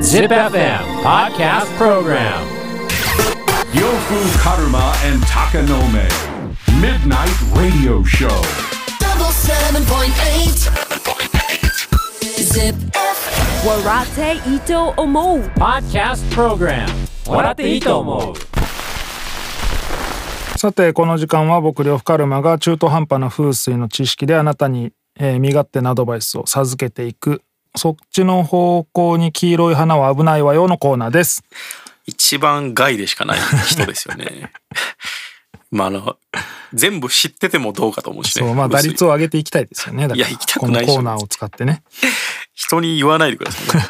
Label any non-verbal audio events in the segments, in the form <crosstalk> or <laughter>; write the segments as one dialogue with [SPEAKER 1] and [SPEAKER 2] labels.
[SPEAKER 1] Zip FM Podcast Program
[SPEAKER 2] Yofu Karuma and Takanome. Midnight Radio Show.
[SPEAKER 3] double seven point eight. Zip.
[SPEAKER 4] Warate Ito Omo
[SPEAKER 1] Podcast Program 笑っていいと思う
[SPEAKER 5] さてこの時間は僕呂布カルマが中途半端な風水の知識であなたに、えー身勝手なアドバイスを授けていくそっちの方向に黄色い花は危ないわよのコーナーです
[SPEAKER 6] 一番害でしかない人ですよね。 <laughs> まああの全部知っててもどうかと思うしね。 <laughs>
[SPEAKER 5] そうまあ打
[SPEAKER 6] 薄い
[SPEAKER 5] 率を上げていきたいですよねだ
[SPEAKER 6] い
[SPEAKER 5] か
[SPEAKER 6] や
[SPEAKER 5] ら
[SPEAKER 6] 行きた
[SPEAKER 5] こ
[SPEAKER 6] く
[SPEAKER 5] の
[SPEAKER 6] ないでしょ
[SPEAKER 5] コーナーを使ってね
[SPEAKER 6] 人に言わないでく
[SPEAKER 5] <laughs>
[SPEAKER 6] ださいね。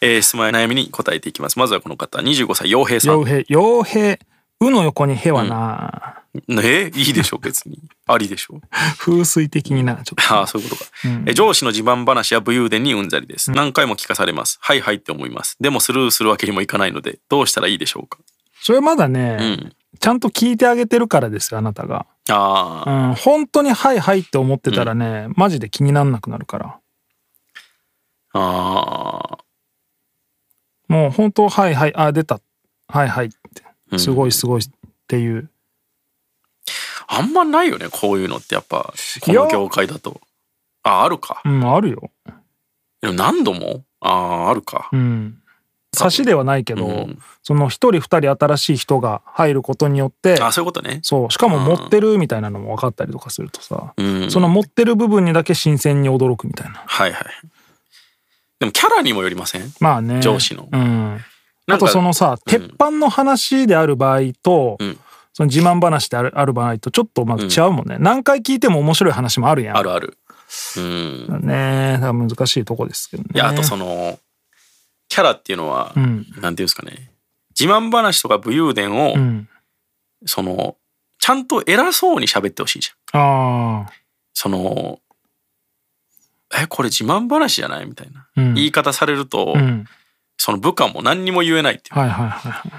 [SPEAKER 6] えー、質問や悩みに答えていきます。まずはこの方、25歳、洋平さん。
[SPEAKER 5] 傭兵傭兵うの横にへはな、
[SPEAKER 6] ね、いいでしょう、別に。ありでしょ <laughs> う。
[SPEAKER 5] 風水的になちょっ
[SPEAKER 6] ああ、そういうことか。え上司の自慢話や武勇伝にうんざりです。何回も聞かされます。はいはいって思います。でもスルーするわけにもいかないので、どうしたらいいでしょうか。
[SPEAKER 5] とそれまだね、
[SPEAKER 6] うん。
[SPEAKER 5] ちゃんと聞いてあげてるからですよあなたが、
[SPEAKER 6] あ
[SPEAKER 5] う
[SPEAKER 6] あ、
[SPEAKER 5] ん、本当にはいはいって思ってたらね、マジで気になんなくなるから
[SPEAKER 6] ああ、
[SPEAKER 5] もう本当はいはいあ出たはいはいってすごいすごいっていう、
[SPEAKER 6] あんまないよね、こういうのってやっぱ、こ
[SPEAKER 5] いや
[SPEAKER 6] の業界だと。あ、あるか。
[SPEAKER 5] うんあるよ、
[SPEAKER 6] でも何度もああ、あるか
[SPEAKER 5] う。ん、差しではないけど、
[SPEAKER 6] うん
[SPEAKER 5] その一人二人新しい人が入ることによって
[SPEAKER 6] あそういうことね。
[SPEAKER 5] そうしかも持ってるみたいなのも分かったりとかするとさ、
[SPEAKER 6] うん。
[SPEAKER 5] その持ってる部分にだけ新鮮に驚くみたいな
[SPEAKER 6] はいはい。でもキャラにもよりません
[SPEAKER 5] まあね
[SPEAKER 6] 上司の
[SPEAKER 5] うんあ
[SPEAKER 6] なん
[SPEAKER 5] と
[SPEAKER 6] か
[SPEAKER 5] そのさ、鉄板の話である場合と、
[SPEAKER 6] うん
[SPEAKER 5] その自慢話であるある場合とちょっとまあ違うもんね、何回聞いても面白い話もあるやん
[SPEAKER 6] あるある。うん。
[SPEAKER 5] ねだから難しいとこですけどね。
[SPEAKER 6] いや、あとその、キャラっていうのは、
[SPEAKER 5] うん
[SPEAKER 6] なんていうんですかね。自慢話とか武勇伝を、
[SPEAKER 5] うん。
[SPEAKER 6] その、ちゃんと偉そうに喋ってほしいじゃん。
[SPEAKER 5] ああ。
[SPEAKER 6] その、え、これ自慢話じゃないみたいな。
[SPEAKER 5] うん
[SPEAKER 6] 言い方されると、
[SPEAKER 5] うん。
[SPEAKER 6] その部下も何にも言えないっていう。
[SPEAKER 5] はいはいはい。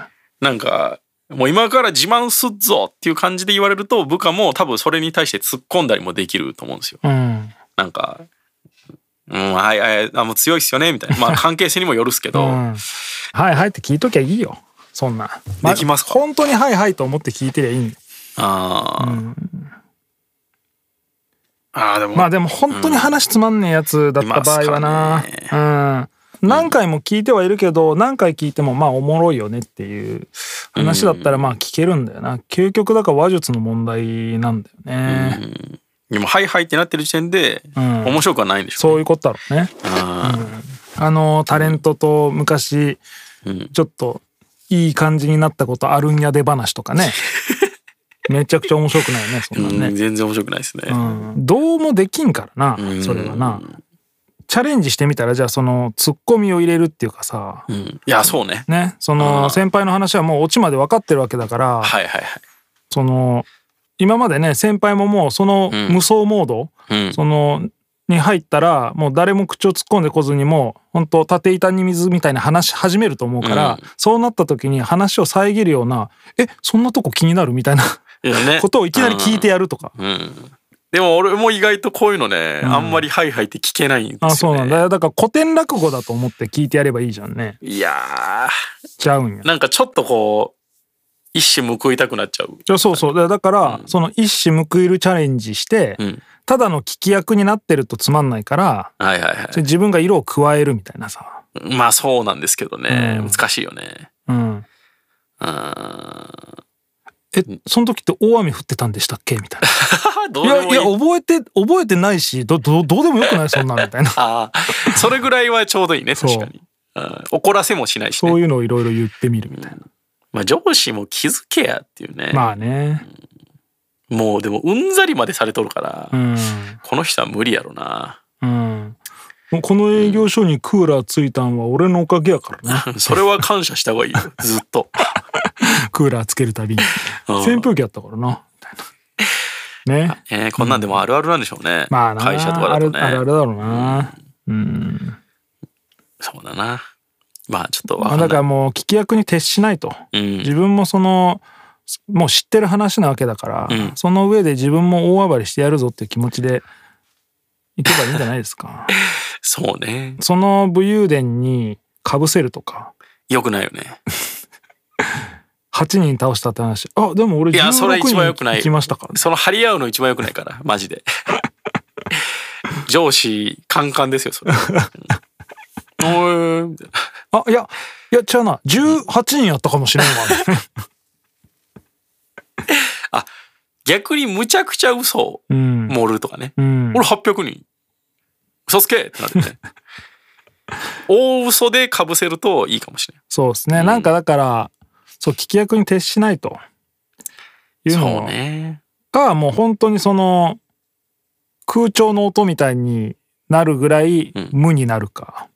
[SPEAKER 6] なんか、もう今から自慢すっぞっていう感じで言われると、部下も多分それに対して突っ込んだりもできると思うんですよ。
[SPEAKER 5] うん。
[SPEAKER 6] なんか、うん、はい、はい、あ、もう強いっすよね、みたいな。
[SPEAKER 5] <laughs>
[SPEAKER 6] まあ、関係性にもよるっすけど、
[SPEAKER 5] うん。はいはいって聞いときゃいいよ。そんな。
[SPEAKER 6] できますか
[SPEAKER 5] 本当にはいはいと思って聞いてりゃいいんだよ
[SPEAKER 6] あー、あー、でも、
[SPEAKER 5] まあでも本当に話つまんねえやつだった場合はな。
[SPEAKER 6] います
[SPEAKER 5] うん。何回も聞いてはいるけど、何回聞いてもまあおもろいよねっていう話だったらまあ聞けるんだよな。究極だから話術の問題なんだよね。
[SPEAKER 6] でも、はいはいってなってる時点で、
[SPEAKER 5] ん
[SPEAKER 6] 面白くはないんでしょ
[SPEAKER 5] そういうことだろうね。
[SPEAKER 6] あー
[SPEAKER 5] あのタレントと昔、
[SPEAKER 6] ん
[SPEAKER 5] ちょっといい感じになったことあるんやで話とか
[SPEAKER 6] <laughs>
[SPEAKER 5] ねめちゃくちゃ面白くないよねそんな
[SPEAKER 6] う
[SPEAKER 5] の
[SPEAKER 6] ん
[SPEAKER 5] ね、
[SPEAKER 6] 全然面白くないですね。
[SPEAKER 5] うんどうもできんからな、
[SPEAKER 6] うん
[SPEAKER 5] それはなチャレンジしてみたらじゃあそのツッコミを入れるっていうかさ、
[SPEAKER 6] うんいや、そうね。
[SPEAKER 5] ねそ
[SPEAKER 6] あー
[SPEAKER 5] の先輩の話はもうオチまで分かってるわけだから
[SPEAKER 6] はいはいはい。
[SPEAKER 5] その今までね先輩ももうその
[SPEAKER 6] ん
[SPEAKER 5] 無双モード、
[SPEAKER 6] うん
[SPEAKER 5] そのに入ったらもう誰も口を突っ込んでこずにもう本当縦板に水みたいな話し始めると思うから、
[SPEAKER 6] う
[SPEAKER 5] そうなった時に話を遮るような「えそんなとこ気になる?」みたいな
[SPEAKER 6] いやね
[SPEAKER 5] ことをいきなり聞いてやるとか。
[SPEAKER 6] うん。でも俺も意外とこういうのね、あんまりハイハイって聞けないんですよ、ね。
[SPEAKER 5] あそうなんだだから古典落語だと思って聞いてやればいいじゃんね
[SPEAKER 6] いや
[SPEAKER 5] ちゃうんや
[SPEAKER 6] ー、なんかちょっとこう、一矢報いたくなっちゃう。
[SPEAKER 5] じゃあそうそうだだから、その一矢報いるチャレンジして、
[SPEAKER 6] うん。
[SPEAKER 5] ただの聞き役になってるとつまんないから
[SPEAKER 6] はいはいは
[SPEAKER 5] それ自分が色を加えるみたいなさ、
[SPEAKER 6] い。まあそうなんですけどね。
[SPEAKER 5] うん
[SPEAKER 6] 難しいよね。
[SPEAKER 5] うん、
[SPEAKER 6] うん。
[SPEAKER 5] えその時って大雨降ってたんでしたっけみたいな。
[SPEAKER 6] どう
[SPEAKER 5] い
[SPEAKER 6] で
[SPEAKER 5] や
[SPEAKER 6] も
[SPEAKER 5] い
[SPEAKER 6] いい。
[SPEAKER 5] や覚えて覚えてないしどどどうでもよくないそんなのみたい
[SPEAKER 6] <laughs>
[SPEAKER 5] な
[SPEAKER 6] あーそれぐらいはちょうどいいね、
[SPEAKER 5] そう
[SPEAKER 6] 確かに。うん怒らせもしないし、ね。
[SPEAKER 5] そういうのをいろいろ言ってみるみたいな、
[SPEAKER 6] まあ上司も気づけやっていうね。
[SPEAKER 5] まあね
[SPEAKER 6] もうでもうんざりまでされとるから、
[SPEAKER 5] うん
[SPEAKER 6] この人は無理やろな。 <laughs>
[SPEAKER 5] うんもうこの営業所にクーラーついたんは俺のおかげやからな
[SPEAKER 6] それは感謝した方がいいよ。ずっと。
[SPEAKER 5] クーラーつけるたびに
[SPEAKER 6] うん
[SPEAKER 5] <laughs> 扇風機やったからなみたいなね
[SPEAKER 6] えーこんなんでもあるあるなんでしょうね。
[SPEAKER 5] まあな
[SPEAKER 6] 会社とかだとね。
[SPEAKER 5] あるあるあるだろうなうん、
[SPEAKER 6] そうだな。まあちょっとわ
[SPEAKER 5] ま
[SPEAKER 6] か
[SPEAKER 5] あ、
[SPEAKER 6] んな
[SPEAKER 5] だ
[SPEAKER 6] い。
[SPEAKER 5] からもう聞き役に徹しないと
[SPEAKER 6] うん
[SPEAKER 5] 自分もそのもう知ってる話なわけだから、
[SPEAKER 6] うん
[SPEAKER 5] そ
[SPEAKER 6] <laughs>
[SPEAKER 5] の上で自分も大暴れしてやるぞっていう気持ちでいけばいいんじゃないですか
[SPEAKER 6] そうね。
[SPEAKER 5] その武勇伝にかぶせるとか
[SPEAKER 6] よくないよね。
[SPEAKER 5] 8人倒したって話あでも俺
[SPEAKER 6] いやそれ一番
[SPEAKER 5] 16
[SPEAKER 6] 良く
[SPEAKER 5] 人
[SPEAKER 6] ない
[SPEAKER 5] 行きましたからね
[SPEAKER 6] その張り合うの一番良くないから、マジで。上司、カンカンですよ、それ。うんおーいみたいな
[SPEAKER 5] あいやいや違うな18人やったかもしれんわ、
[SPEAKER 6] <laughs> 逆にむちゃくちゃ嘘を
[SPEAKER 5] うん
[SPEAKER 6] 盛るとかね。
[SPEAKER 5] うん
[SPEAKER 6] 俺800人。嘘つけってなって
[SPEAKER 5] <laughs>
[SPEAKER 6] ね。大嘘でかぶせるといいかもしれない。
[SPEAKER 5] そうですね、なんかだからそう聞き役に徹しないという
[SPEAKER 6] そう
[SPEAKER 5] の
[SPEAKER 6] ね。
[SPEAKER 5] がもう本当にその空調の音みたいになるぐらい
[SPEAKER 6] うん
[SPEAKER 5] 無になるか、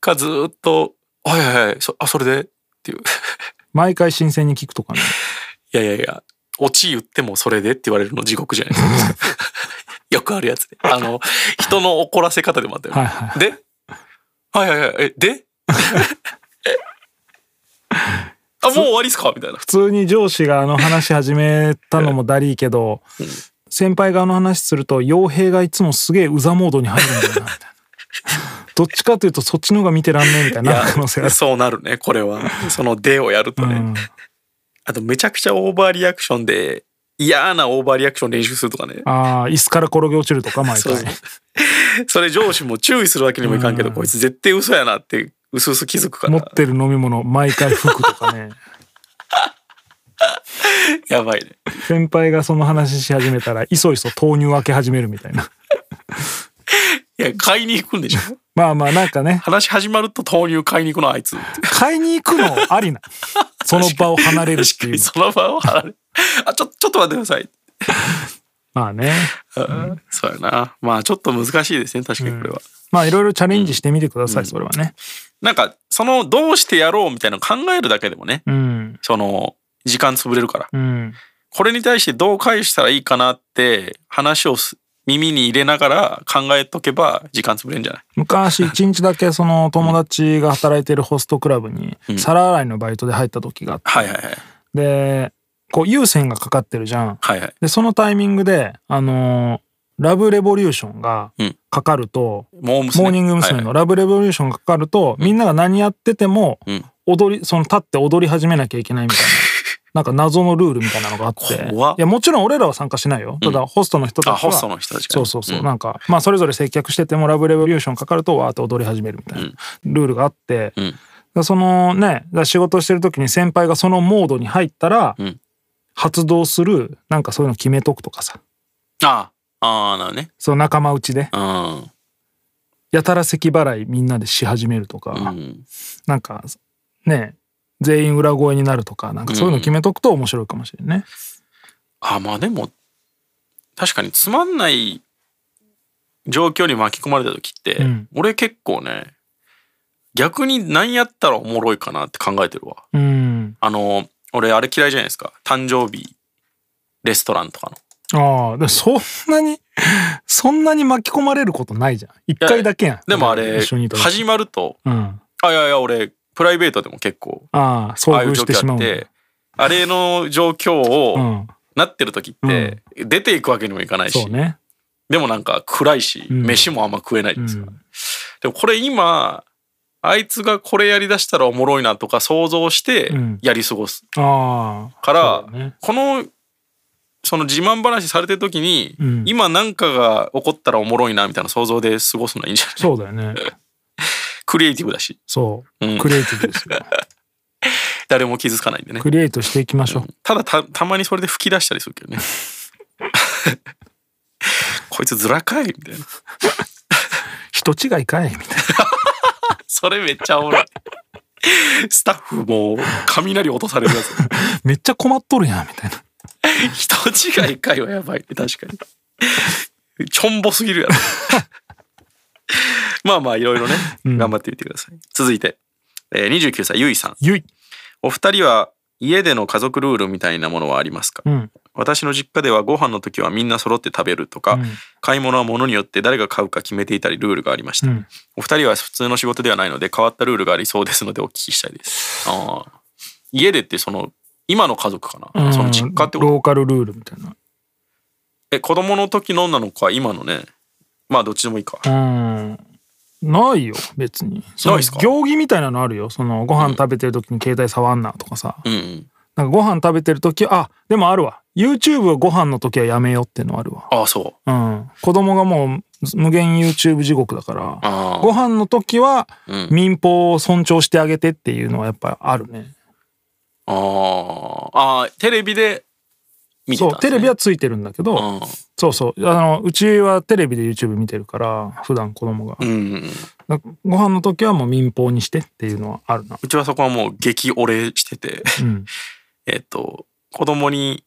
[SPEAKER 6] か、ずーっと、はいはいはい、そあ、それでっていう。
[SPEAKER 5] 毎回新鮮に聞くとか
[SPEAKER 6] <laughs>
[SPEAKER 5] ね
[SPEAKER 6] いやいやいや、オチ言ってもそれでって言われるの地獄じゃないで
[SPEAKER 5] <laughs>
[SPEAKER 6] すか。よくあるやつで。あの、人の怒らせ方でもあったよね。
[SPEAKER 5] はいはい
[SPEAKER 6] ではいはいはい、え、
[SPEAKER 5] <laughs>
[SPEAKER 6] であ、もう終わりっすかみたいな。
[SPEAKER 5] 普通に上司があの話始めたのもだりーけど、先輩側の話すると傭兵がいつもすげえうざモードに入るんだよなみたい
[SPEAKER 6] <laughs>
[SPEAKER 5] などっちかというとそっちの方が見てらんねえみたい
[SPEAKER 6] い
[SPEAKER 5] な可能性あ
[SPEAKER 6] や、
[SPEAKER 5] る、
[SPEAKER 6] そうなるね、これは。そのでをやると
[SPEAKER 5] う
[SPEAKER 6] ね。
[SPEAKER 5] ん、
[SPEAKER 6] あと、めちゃくちゃオーバーリアクションで、嫌なオーバーリアクション練習するとかね。
[SPEAKER 5] ああ椅子から転げ落ちるとか毎
[SPEAKER 6] そう
[SPEAKER 5] 回
[SPEAKER 6] そうそれ上司も注意するわけにもいかんけど、こいつ絶対嘘やなって、うすうす気づくか
[SPEAKER 5] 持
[SPEAKER 6] ら
[SPEAKER 5] っ。てる飲み物毎回服とか
[SPEAKER 6] <laughs>
[SPEAKER 5] ね
[SPEAKER 6] やばいね。
[SPEAKER 5] 先輩がその話し始めたらいそいそ豆乳開け始めるみたいな
[SPEAKER 6] いや、買いに行くんでしょ。
[SPEAKER 5] まあまあなんか <laughs> ね
[SPEAKER 6] 話始まると豆乳買いに行くの、あいつ。
[SPEAKER 5] 買いに行くのあり <laughs> なその場を離れるって
[SPEAKER 6] 確
[SPEAKER 5] い
[SPEAKER 6] か
[SPEAKER 5] う
[SPEAKER 6] にその場を離れるあちょちょっと待ってください、
[SPEAKER 5] まあね
[SPEAKER 6] うんそうやなまあちょっと難しいですね確かにこれは、
[SPEAKER 5] まあいろいろチャレンジしてみてください、それはね
[SPEAKER 6] なんかそのどうしてやろうみたいなの考えるだけでもね
[SPEAKER 5] うん
[SPEAKER 6] その時間潰れるから
[SPEAKER 5] うん
[SPEAKER 6] これに対してどう返したらいいかなって話をす耳に入れながら考えとけば時間潰れるんじゃない
[SPEAKER 5] 昔一日だけその友達が働いてるホストクラブに
[SPEAKER 6] ん
[SPEAKER 5] 皿洗いのバイトで入った時があって、
[SPEAKER 6] はいはいはい
[SPEAKER 5] でこう優先がかかってるじゃん
[SPEAKER 6] はいはい
[SPEAKER 5] でそのタイミングであのーラブレボリューション」が
[SPEAKER 6] うん
[SPEAKER 5] かかると、
[SPEAKER 6] モー娘
[SPEAKER 5] モーニング娘。
[SPEAKER 6] は
[SPEAKER 5] の「ラブレボリューション」がかかると、みんなが何やってても
[SPEAKER 6] いはい
[SPEAKER 5] 踊りその立って踊り始めなきゃいけないみたい
[SPEAKER 6] <laughs>
[SPEAKER 5] ななんか謎のルールみたいなのがあって
[SPEAKER 6] 怖っ
[SPEAKER 5] いやもちろん俺らは参加しないよただホストの人
[SPEAKER 6] うん、
[SPEAKER 5] たちは、
[SPEAKER 6] あホストの人たちが
[SPEAKER 5] そうそうそう、
[SPEAKER 6] ん
[SPEAKER 5] なんかまあそれぞれ接客してても「ラブレボリューション」かかるとわーって踊り始めるみたいな、ルールがあって、
[SPEAKER 6] う
[SPEAKER 5] だ
[SPEAKER 6] ん
[SPEAKER 5] からそのねだから仕事してる時に先輩がそのモードに入ったら、
[SPEAKER 6] うん
[SPEAKER 5] 発動するなんかそういうの決めとくとかさ
[SPEAKER 6] あああなるほどね
[SPEAKER 5] その仲間内で
[SPEAKER 6] うん
[SPEAKER 5] やたら咳払いみんなでし始めるとか、
[SPEAKER 6] うん、
[SPEAKER 5] なんかね全員裏声になるとかなんかそういうの決めとくと面白いかもしれないね。
[SPEAKER 6] あまあでも確かにつまんない状況に巻き込まれた時って、
[SPEAKER 5] ん
[SPEAKER 6] 俺結構ね逆に何やったらおもろいかなって考えてるわ
[SPEAKER 5] うん、
[SPEAKER 6] あの俺あれ嫌いじゃないですか誕生日レストランとかの
[SPEAKER 5] ああでもそんなに <laughs> そんなに巻き込まれることないじゃん一回だけやん
[SPEAKER 6] でもあれ
[SPEAKER 5] 一緒にいた時
[SPEAKER 6] 始まると
[SPEAKER 5] うん、
[SPEAKER 6] あいやいや俺プライベートでも結構
[SPEAKER 5] ああ遭
[SPEAKER 6] ああいう
[SPEAKER 5] 遇
[SPEAKER 6] 状
[SPEAKER 5] してし
[SPEAKER 6] 況
[SPEAKER 5] まう
[SPEAKER 6] あっ
[SPEAKER 5] んだ
[SPEAKER 6] てあれの状況
[SPEAKER 5] う
[SPEAKER 6] を
[SPEAKER 5] ん、
[SPEAKER 6] なってる時って出ていくわけにもいかないし、
[SPEAKER 5] そうね、
[SPEAKER 6] でもなんか暗いし、
[SPEAKER 5] ん
[SPEAKER 6] 飯もあんま食えないじ
[SPEAKER 5] う
[SPEAKER 6] ゃ
[SPEAKER 5] ん
[SPEAKER 6] ないですか、でもこれ今あいつがこれやりだしたらおもろいなとか想像して
[SPEAKER 5] うん
[SPEAKER 6] やり過ごす
[SPEAKER 5] ああ
[SPEAKER 6] から、
[SPEAKER 5] そうだね
[SPEAKER 6] このその自慢話されてる時に、
[SPEAKER 5] うん
[SPEAKER 6] 今なんかが起こったらおもろいなみたいな想像で過ごすのはいいんじゃない
[SPEAKER 5] そうだよね
[SPEAKER 6] クリエイティブだし
[SPEAKER 5] そう、
[SPEAKER 6] うん
[SPEAKER 5] クリエイティブです
[SPEAKER 6] <laughs>
[SPEAKER 5] よ
[SPEAKER 6] 誰も傷つかないんでね
[SPEAKER 5] クリエイトしていきましょう、
[SPEAKER 6] ただたたまにそれで吹き出したりするけ
[SPEAKER 5] <laughs>
[SPEAKER 6] どねこいつずらかいみたいな
[SPEAKER 5] 人違いかいみたいな
[SPEAKER 6] それめっちゃおもろい <laughs> スタッフも雷落とされるやつ
[SPEAKER 5] めっちゃ困っとるやんみたいな
[SPEAKER 6] <laughs> 人違いかよやばいね確かにちょんぼすぎ <laughs> るやろまあまあいろいろね
[SPEAKER 5] ん
[SPEAKER 6] 頑張ってみてください、続いて、えー29歳ゆいさん
[SPEAKER 5] ゆい
[SPEAKER 6] お二人は家での家族ルールみたいなものはありますか、
[SPEAKER 5] うん
[SPEAKER 6] 私の実家ではご飯の時はみんな揃って食べるとか、買い物は物によって誰が買うか決めていたりルールがありました、
[SPEAKER 5] うん
[SPEAKER 6] お二人は普通の仕事ではないので変わったルールがありそうですのでお聞きしたいですあー家でってその今の家族かな、
[SPEAKER 5] うん
[SPEAKER 6] その実家ってこと
[SPEAKER 5] ローカルルールみたいな
[SPEAKER 6] え子供の時の女の子は今のねまあどっちでもいいか。
[SPEAKER 5] うんないよ別にその
[SPEAKER 6] ないっすか
[SPEAKER 5] 行儀みたいなのあるよそのご飯食べてる時に携帯触んなとかさ、
[SPEAKER 6] うんうん。
[SPEAKER 5] なんかご飯食べてる時あでもあるわ YouTube はご飯の時はやめようっていうのはあるわ
[SPEAKER 6] ああそう。
[SPEAKER 5] うん子供がもう無限 YouTube 地獄だから
[SPEAKER 6] あ
[SPEAKER 5] ご飯の時は
[SPEAKER 6] うん
[SPEAKER 5] 民放を尊重してあげてっていうのはやっぱあるね
[SPEAKER 6] ああああテレビで見てたん
[SPEAKER 5] そ
[SPEAKER 6] で
[SPEAKER 5] う
[SPEAKER 6] すね、
[SPEAKER 5] テレビはついてるんだけど、そうそうあのうちはテレビで YouTube 見てるから普段子供が
[SPEAKER 6] う、んうんうん
[SPEAKER 5] だからご飯の時はもう民放にしてっていうのはあるな
[SPEAKER 6] うちはそこはもう激お礼してて <laughs>
[SPEAKER 5] うん
[SPEAKER 6] えっと子供に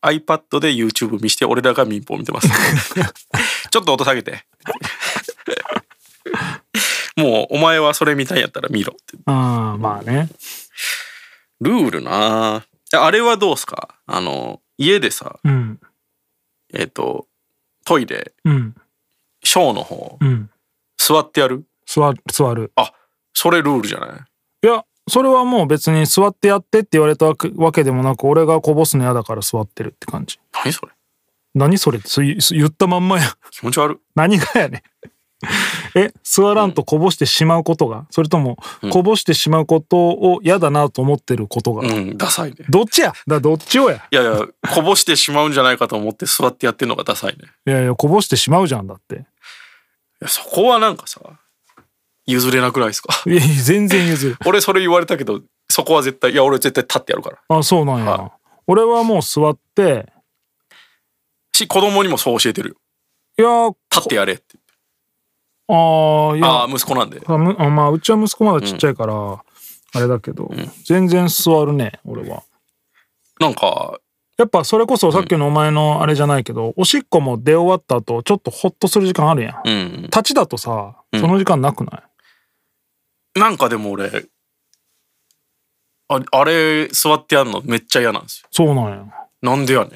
[SPEAKER 6] iPad で YouTube 見して俺らが民放見てます <laughs> ちょっと音下げて <laughs> もうお前はそれ見たいんやったら見ろって
[SPEAKER 5] ああまあね
[SPEAKER 6] ルールなあいやあれはどうすかあの家でさ
[SPEAKER 5] うん
[SPEAKER 6] えっとトイレ
[SPEAKER 5] うん
[SPEAKER 6] ショーの方
[SPEAKER 5] うん
[SPEAKER 6] 座ってやる
[SPEAKER 5] 座る座る
[SPEAKER 6] あそれルールじゃな
[SPEAKER 5] い
[SPEAKER 6] い
[SPEAKER 5] やそれはもう別に座ってやってって言われたわけわけでもなく俺がこぼすの嫌だから座ってるって感じ
[SPEAKER 6] 何それ
[SPEAKER 5] 何それつい言ったまんまや
[SPEAKER 6] 気持ち悪い
[SPEAKER 5] 何がやねんえ座らんとこぼしてしまうことがそれともこぼしてしまうことを嫌だなと思ってることが、
[SPEAKER 6] うん、ダサいね。
[SPEAKER 5] どっちやだからどっちをや
[SPEAKER 6] いやいや、こぼしてしまうんじゃないかと思って座ってやってるのがダサいね。い
[SPEAKER 5] いやいやこぼしてしまうじゃんだって
[SPEAKER 6] やそこはなんかさ、譲れなくないですか <laughs>
[SPEAKER 5] いや全然譲る
[SPEAKER 6] 俺それ言われたけど、そこは絶対、いや俺絶対立ってやるから。
[SPEAKER 5] あそうなんや、
[SPEAKER 6] は
[SPEAKER 5] 俺はもう座って
[SPEAKER 6] し、子供にもそう教えてる
[SPEAKER 5] い
[SPEAKER 6] よ。
[SPEAKER 5] やあ
[SPEAKER 6] 立ってやれって。
[SPEAKER 5] あいや
[SPEAKER 6] ああ、息子なんで。
[SPEAKER 5] あむあまあうちは息子まだちっちゃいから、あれだけど、全然座るね俺は
[SPEAKER 6] なんか、
[SPEAKER 5] やっぱそれこそさっきのお前のあれじゃないけど、おしっこも出終わった後ちょっとホッとする時間あるやん、
[SPEAKER 6] うん。
[SPEAKER 5] 立ちだとさ
[SPEAKER 6] ん
[SPEAKER 5] その時間なくない、
[SPEAKER 6] なんかでも俺、ああれ座ってやるのめっちゃ嫌なんですよ。
[SPEAKER 5] そうなんや
[SPEAKER 6] なんでやねん。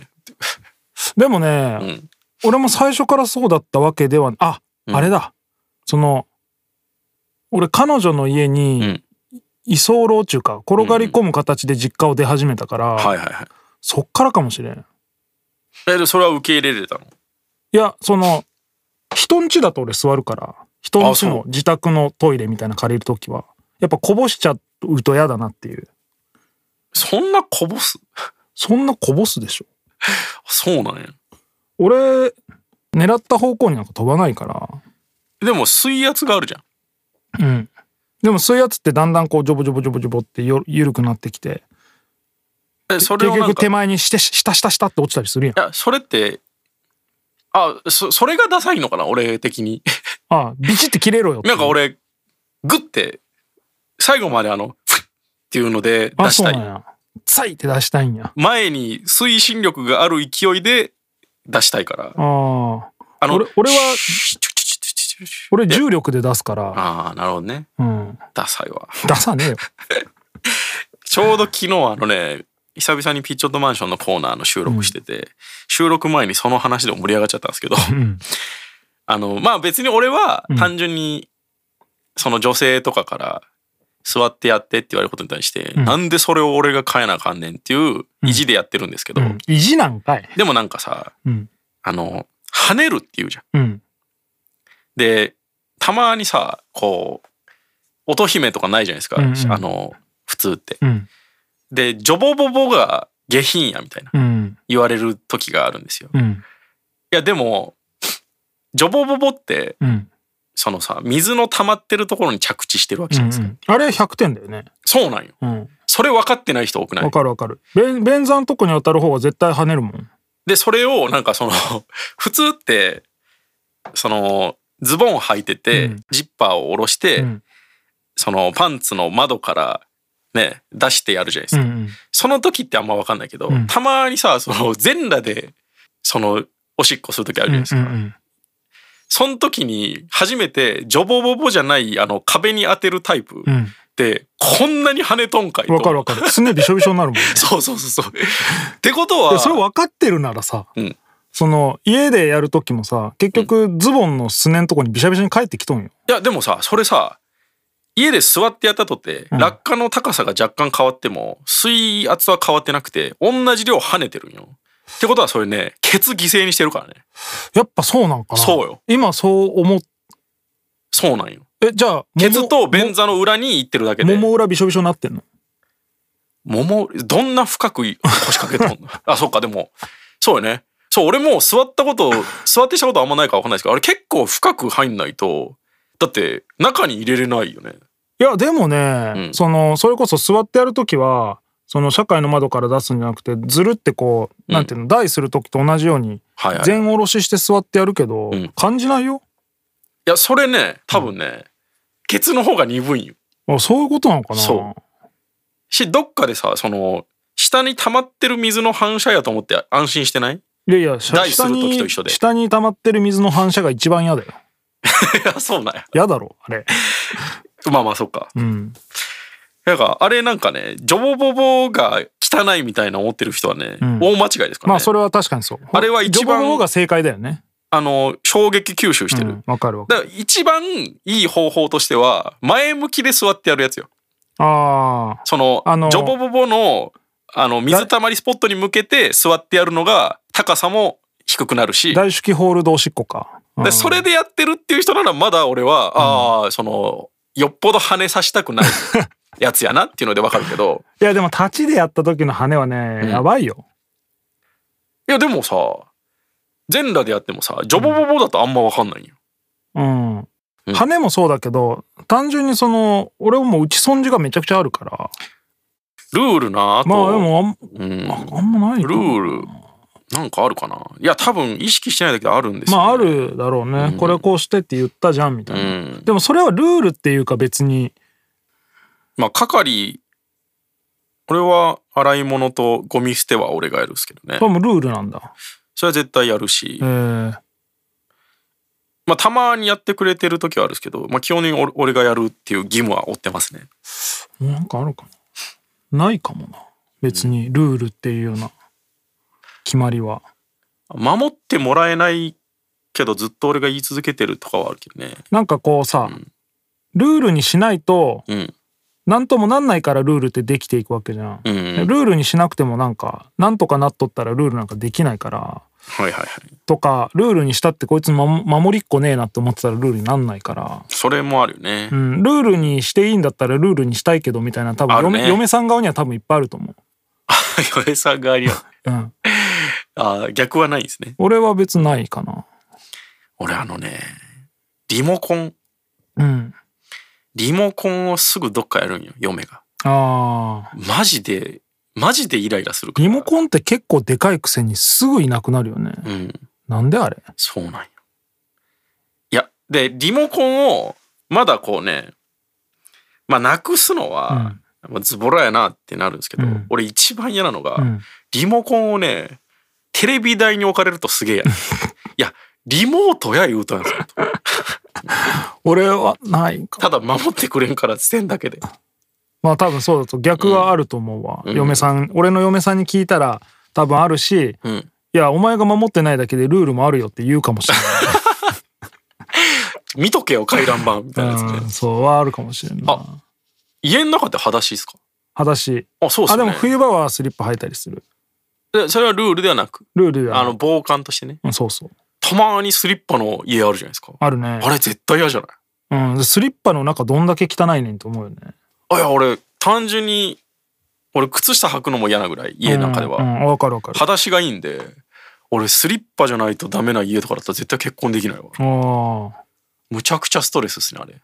[SPEAKER 5] でもね、
[SPEAKER 6] ん
[SPEAKER 5] 俺も最初からそうだったわけではあ、あれだその俺彼女の家に居候っていうか転がり込む形で実家を出始めたから、
[SPEAKER 6] はいはいはい。
[SPEAKER 5] そっからかもしれん
[SPEAKER 6] え、でそれは受け入れれたの
[SPEAKER 5] いやその人ん家だと俺座るから人ん
[SPEAKER 6] あ
[SPEAKER 5] 家
[SPEAKER 6] そ
[SPEAKER 5] の
[SPEAKER 6] う
[SPEAKER 5] 自宅のトイレみたいなの借りる時はやっぱこぼしちゃうと嫌だなっていう
[SPEAKER 6] そんなこぼす
[SPEAKER 5] そんなこぼすでしょ
[SPEAKER 6] そうなんや。
[SPEAKER 5] 俺狙った方向になんか飛ばないから
[SPEAKER 6] でも水圧があるじゃん。
[SPEAKER 5] うんでもそういうやつってだんだんこうジョボジョボジョボジョボってよ緩くなってきて
[SPEAKER 6] えそれ
[SPEAKER 5] 結
[SPEAKER 6] をなん
[SPEAKER 5] 局
[SPEAKER 6] か
[SPEAKER 5] 手前にして下下下って落ちたりするやん
[SPEAKER 6] いや、それって、あ、そ、それがダサいのかな俺的に。
[SPEAKER 5] ああビチって切れろよって
[SPEAKER 6] なんか俺、グって、最後まであの、フッっていうので
[SPEAKER 5] あ
[SPEAKER 6] 出し
[SPEAKER 5] そう
[SPEAKER 6] た
[SPEAKER 5] なん
[SPEAKER 6] い。
[SPEAKER 5] やサイって出したいんや
[SPEAKER 6] 前に推進力がある勢いで出したいから。
[SPEAKER 5] ああ
[SPEAKER 6] あの、
[SPEAKER 5] 俺俺は
[SPEAKER 6] シュッチュチュチュチュチュチュ
[SPEAKER 5] 俺重力で出すから
[SPEAKER 6] ああ、なるほどね。
[SPEAKER 5] うん
[SPEAKER 6] ダサいわ。
[SPEAKER 5] 出さ
[SPEAKER 6] <laughs>
[SPEAKER 5] ねえよ
[SPEAKER 6] ちょうど昨日あのね、久々にピッチョットマンションのコーナーの収録してて、収録前にその話でも盛り上がっちゃったんですけど、
[SPEAKER 5] ん
[SPEAKER 6] あの、まあ別に俺は単純に、その女性とかから、座ってやってって言われることに対して、なんでそれを俺が変えなあかんねんっていう意地でやってるんですけど、
[SPEAKER 5] うん意地なんかい
[SPEAKER 6] でもなんかさ、
[SPEAKER 5] うん
[SPEAKER 6] あの、跳ねるっていうじゃ
[SPEAKER 5] う
[SPEAKER 6] ん。
[SPEAKER 5] ん
[SPEAKER 6] で、たまにさ、こう、乙姫とかないじゃないですか、
[SPEAKER 5] うんうん
[SPEAKER 6] あの、普通って。
[SPEAKER 5] うん
[SPEAKER 6] で、ジョボボボが下品やみたいな
[SPEAKER 5] うん
[SPEAKER 6] 言われる時があるんですよ。い
[SPEAKER 5] うん
[SPEAKER 6] や、でも、ジョボボボって、
[SPEAKER 5] うん
[SPEAKER 6] そのさ、水の溜まってるところに着地してるわけじゃないですか。
[SPEAKER 5] あれ100点だよね
[SPEAKER 6] そうなんよ。
[SPEAKER 5] うん
[SPEAKER 6] それ分かってない人多くない
[SPEAKER 5] わかるわかる便便座のとこに当たる方が絶対跳ねるもん
[SPEAKER 6] で、それをなんかその、 <laughs> 普通って、その、ズボン履いてて、
[SPEAKER 5] うん
[SPEAKER 6] ジッパーを下ろして、
[SPEAKER 5] うん
[SPEAKER 6] そのパンツの窓からね、出してやるじゃないです
[SPEAKER 5] うん
[SPEAKER 6] か。
[SPEAKER 5] うん
[SPEAKER 6] その時ってあんま分かんないけど、
[SPEAKER 5] うん
[SPEAKER 6] たまにさ、その全裸で、その、おしっこする時あるじゃないです
[SPEAKER 5] う
[SPEAKER 6] か。
[SPEAKER 5] んうん
[SPEAKER 6] その時に初めてジョボボボじゃないあの壁に当てるタイプ
[SPEAKER 5] うん
[SPEAKER 6] でこんなに跳ねとんかいと。
[SPEAKER 5] わかるわかるすねびしょびしょになるもんね
[SPEAKER 6] <laughs> そうそうそうそう。ってことは
[SPEAKER 5] でそれ分かってるならさ、
[SPEAKER 6] うん
[SPEAKER 5] その家でやる時もさ結局ズボンのすねんとこにびしゃびしゃに帰ってきとんよ
[SPEAKER 6] いやでもさそれさ家で座ってやったとて、
[SPEAKER 5] ん
[SPEAKER 6] 落下の高さが若干変わっても水圧は変わってなくて同じ量跳ねてるんよ。ってことはそれね、ケツ犠牲にしてるからね。
[SPEAKER 5] やっぱそうなんかな
[SPEAKER 6] そうよ
[SPEAKER 5] 今そう思っ
[SPEAKER 6] そうなんよ。
[SPEAKER 5] えじゃあ
[SPEAKER 6] ケツと
[SPEAKER 5] ベ
[SPEAKER 6] 便
[SPEAKER 5] ン
[SPEAKER 6] 座の裏に行ってるだけで。
[SPEAKER 5] もも裏びしょびしょになってんの
[SPEAKER 6] 桃、どんな深くい腰掛けと
[SPEAKER 5] <laughs>
[SPEAKER 6] んのあ、そっか、でも、そうよね。そう、俺も座ったこと、座ってしたことあんまないからわかんないですけど、あれ結構深く入んないと、だって中に入れれないよね。
[SPEAKER 5] いやでもね、
[SPEAKER 6] うん
[SPEAKER 5] そのそれこそ座ってやるときはその社会の窓から出すんじゃなくてずるってこう、なんていうの台する時と同じように
[SPEAKER 6] はいはい。い
[SPEAKER 5] 全下ろしして座ってやるけど、
[SPEAKER 6] うん
[SPEAKER 5] 感じないよ
[SPEAKER 6] や、それね、多分ね、ケツの方が鈍いんよ。
[SPEAKER 5] あそういうことなのかな
[SPEAKER 6] そし、どっかでさ、その、下に溜まってる水の反射やと思って安心して
[SPEAKER 5] <laughs>
[SPEAKER 6] ない
[SPEAKER 5] いやいや下
[SPEAKER 6] 台す
[SPEAKER 5] 下
[SPEAKER 6] る
[SPEAKER 5] に
[SPEAKER 6] 時と一緒で
[SPEAKER 5] 下に溜まってる水の反射が一番嫌だよ
[SPEAKER 6] いや、そうなんや。
[SPEAKER 5] 嫌だろあれ
[SPEAKER 6] まあまあ、そっか。
[SPEAKER 5] うん
[SPEAKER 6] なんか、あれなんかね、ジョボボボが汚いみたいな思ってる人はね、
[SPEAKER 5] ん
[SPEAKER 6] 大間違いですからね。
[SPEAKER 5] まあそれは確かにそう
[SPEAKER 6] あれは一番
[SPEAKER 5] の方が正解だよね
[SPEAKER 6] あの、衝撃吸収して
[SPEAKER 5] う
[SPEAKER 6] る。
[SPEAKER 5] んわかるわか
[SPEAKER 6] だから一番いい方法としては、前向きで座ってやるやつよ。
[SPEAKER 5] るああ
[SPEAKER 6] その、
[SPEAKER 5] あの
[SPEAKER 6] ジョボボボの、あの、水たまりスポットに向けて座ってやるのが、高さも低くなるし、
[SPEAKER 5] 大手記ホールドおしっこかうん
[SPEAKER 6] でそれでやってるっていう人ならまだ俺は、ああ、その、よっぽど跳ねさした
[SPEAKER 5] <laughs>
[SPEAKER 6] くないやつやなっていうのでわかるけど、
[SPEAKER 5] いやでも立ちでやった時の羽はね、
[SPEAKER 6] うん
[SPEAKER 5] やばいよ
[SPEAKER 6] いやでもさ、全裸でやってもさ、ジョボボボだとあんまわかんないんよ。
[SPEAKER 5] うん、
[SPEAKER 6] ん
[SPEAKER 5] 羽もそうだけど単純にその俺もう打ち損じがめちゃくちゃあるから
[SPEAKER 6] ルールなあと、
[SPEAKER 5] まあでもあん
[SPEAKER 6] うん、
[SPEAKER 5] あんまない
[SPEAKER 6] ルールなんかあるかないや多分意識してないだけであるんですよ、
[SPEAKER 5] ま
[SPEAKER 6] ね、
[SPEAKER 5] ああるだろうね、
[SPEAKER 6] うん
[SPEAKER 5] これこうしてって言ったじゃんみたいな、
[SPEAKER 6] うん
[SPEAKER 5] でもそれはルールっていうか別に
[SPEAKER 6] まあ係これは洗い物とゴミ捨ては俺がやるっすけどね
[SPEAKER 5] これもルールなんだ
[SPEAKER 6] それは絶対やるし
[SPEAKER 5] え、ー、
[SPEAKER 6] まあたまにやってくれてる時はあるんですけど、まあ、基本的に俺俺がやるっていう義務は負ってますね
[SPEAKER 5] なんかあるかなないかもな別にルールっていうような決まりは
[SPEAKER 6] 守ってもらえないけどずっと俺が言い続けてるとかはあるけどね
[SPEAKER 5] なんかこうさ、ルールにしないと
[SPEAKER 6] うん
[SPEAKER 5] 何ともなんないからルールってできていくわけじゃん、
[SPEAKER 6] うんうん
[SPEAKER 5] ルールにしなくてもなんかなんとかなっとったらルールなんかできないから
[SPEAKER 6] はいはいはい
[SPEAKER 5] とかルールにしたってこいつま守りっこねえなって思ってたらルールになんないから、
[SPEAKER 6] それもあるよね、 <laughs>
[SPEAKER 5] うん、ルールにしていいんだったらルールにしたいけどみたいな多分
[SPEAKER 6] ある
[SPEAKER 5] 嫁,、
[SPEAKER 6] ね
[SPEAKER 5] 嫁さん側には多分いっぱいあると思
[SPEAKER 6] 余計さんがありよ
[SPEAKER 5] う、うん、
[SPEAKER 6] あー逆はないんですね
[SPEAKER 5] 俺は別にないかな
[SPEAKER 6] 俺あのねリモコン
[SPEAKER 5] うん
[SPEAKER 6] リモコンをすぐどっかやるんよ嫁が
[SPEAKER 5] あー
[SPEAKER 6] マジでマジでイライラするから
[SPEAKER 5] リモコンって結構でかいくせにすぐいなくなるよね
[SPEAKER 6] うん
[SPEAKER 5] なんであれ
[SPEAKER 6] そうなんよいやでリモコンをまだこうねまあなくすのは、まあズボラやなってなるんですけど、
[SPEAKER 5] うん
[SPEAKER 6] 俺一番嫌なのが、
[SPEAKER 5] うん
[SPEAKER 6] リモコンをねテレビ台に置かれると
[SPEAKER 5] <laughs>
[SPEAKER 6] すげえやるいやリモートや言うとんやぞと
[SPEAKER 5] 俺はないか
[SPEAKER 6] ただ守ってくれんからせんだけで
[SPEAKER 5] まあ多分そうだと逆はあると思うわ、
[SPEAKER 6] うん
[SPEAKER 5] 嫁さん俺の嫁さんに聞いたら多分あるし
[SPEAKER 6] うん
[SPEAKER 5] いやお前が守ってないだけでルールもあるよって言うかもしれな
[SPEAKER 6] 見とけよ回覧板みたい <laughs> なやつ
[SPEAKER 5] い、
[SPEAKER 6] ね
[SPEAKER 5] うん、そうはあるかもしれんない
[SPEAKER 6] あ家の中って裸足ですか
[SPEAKER 5] 裸足
[SPEAKER 6] あそうです
[SPEAKER 5] あ
[SPEAKER 6] ね
[SPEAKER 5] でも冬場はスリッパ履いたりする
[SPEAKER 6] でそれはルールではなく
[SPEAKER 5] ルールや
[SPEAKER 6] あの防寒としてね
[SPEAKER 5] うんそうそう
[SPEAKER 6] たまにスリッパの家あるじゃないですか
[SPEAKER 5] あるね
[SPEAKER 6] あれ絶対嫌じゃない
[SPEAKER 5] うん、スリッパの中どんだけ汚いねんと思うよね
[SPEAKER 6] あいや俺単純に俺靴下履くのも嫌なぐらい家の中では、
[SPEAKER 5] うんうんわかるわかる
[SPEAKER 6] 裸足がいいんで俺スリッパじゃないとダメな家とかだったら絶対結婚できないわ
[SPEAKER 5] あ
[SPEAKER 6] むちゃくちゃストレスですねあれ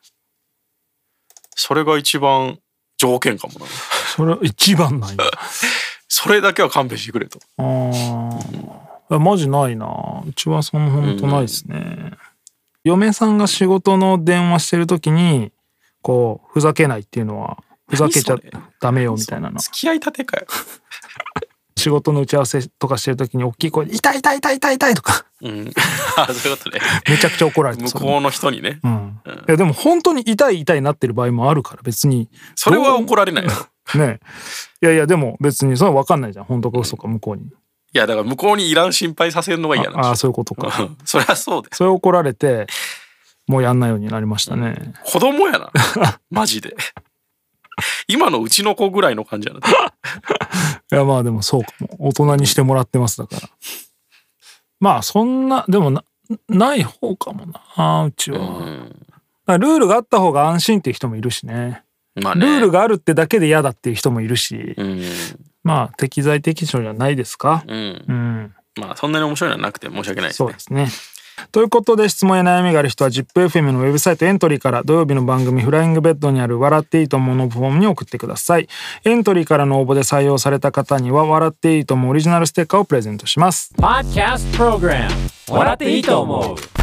[SPEAKER 6] それが一番条件かもな
[SPEAKER 5] あそれ一番ないな
[SPEAKER 6] それだけは勘弁してくれと
[SPEAKER 5] ああマジないなうちはそのほんとないですね、嫁さんが仕事の電話してる時にこうふざけないっていうのはふざけちゃ
[SPEAKER 6] 何それ
[SPEAKER 5] ダメよみたいなの
[SPEAKER 6] 付き合い立てかよ、
[SPEAKER 5] 仕事の打ち合わせとかしてる時に大きい声で「痛い痛い痛い痛い痛い」とか <laughs>
[SPEAKER 6] うん、あそういうことね
[SPEAKER 5] めちゃくちゃ怒られて
[SPEAKER 6] 向
[SPEAKER 5] そ
[SPEAKER 6] こ
[SPEAKER 5] の
[SPEAKER 6] うの人にね
[SPEAKER 5] うん、いやでも本当に痛い痛いになってる場合もあるから別に
[SPEAKER 6] それは怒られないよ
[SPEAKER 5] ねえいやいやでも別にそれは分かんないじゃん本当か嘘か向こうに
[SPEAKER 6] いやだから向こうにいらん心配させるのが嫌
[SPEAKER 5] あ
[SPEAKER 6] な
[SPEAKER 5] あ
[SPEAKER 6] ん
[SPEAKER 5] ー
[SPEAKER 6] です
[SPEAKER 5] そういうこと
[SPEAKER 6] よ
[SPEAKER 5] か
[SPEAKER 6] <laughs> そりゃそうだよ
[SPEAKER 5] それ怒られてもうやんないようになりましたね、
[SPEAKER 6] 子供や <laughs> なマジで今のうちの子ぐらいの感じやな
[SPEAKER 5] いやまあでもそうかも大人にしてもらってますだからまあそんなでもなない方かもなうちは、だからルールがあった方が安心っていう人もいるしね
[SPEAKER 6] まあ
[SPEAKER 5] ル
[SPEAKER 6] ね。
[SPEAKER 5] ールがあるってだけで嫌だっていう人もいるし、
[SPEAKER 6] うん。
[SPEAKER 5] まあ適材適所じゃないですか
[SPEAKER 6] うん。
[SPEAKER 5] うん
[SPEAKER 6] まあそんなに面白いのはなくて申し訳ないです
[SPEAKER 5] そう
[SPEAKER 6] ね
[SPEAKER 5] で。すね。ということで質問や悩みがある人は ZIPFM のウェブサイトエントリーから土曜日の番組「フライングベッド」にある「笑っていいとも」のフォームに送ってくださいエントリーからの応募で採用された方には「笑っていいとも」オリジナルステッカーをプレゼントします
[SPEAKER 1] Podcast Program 笑っていいと思う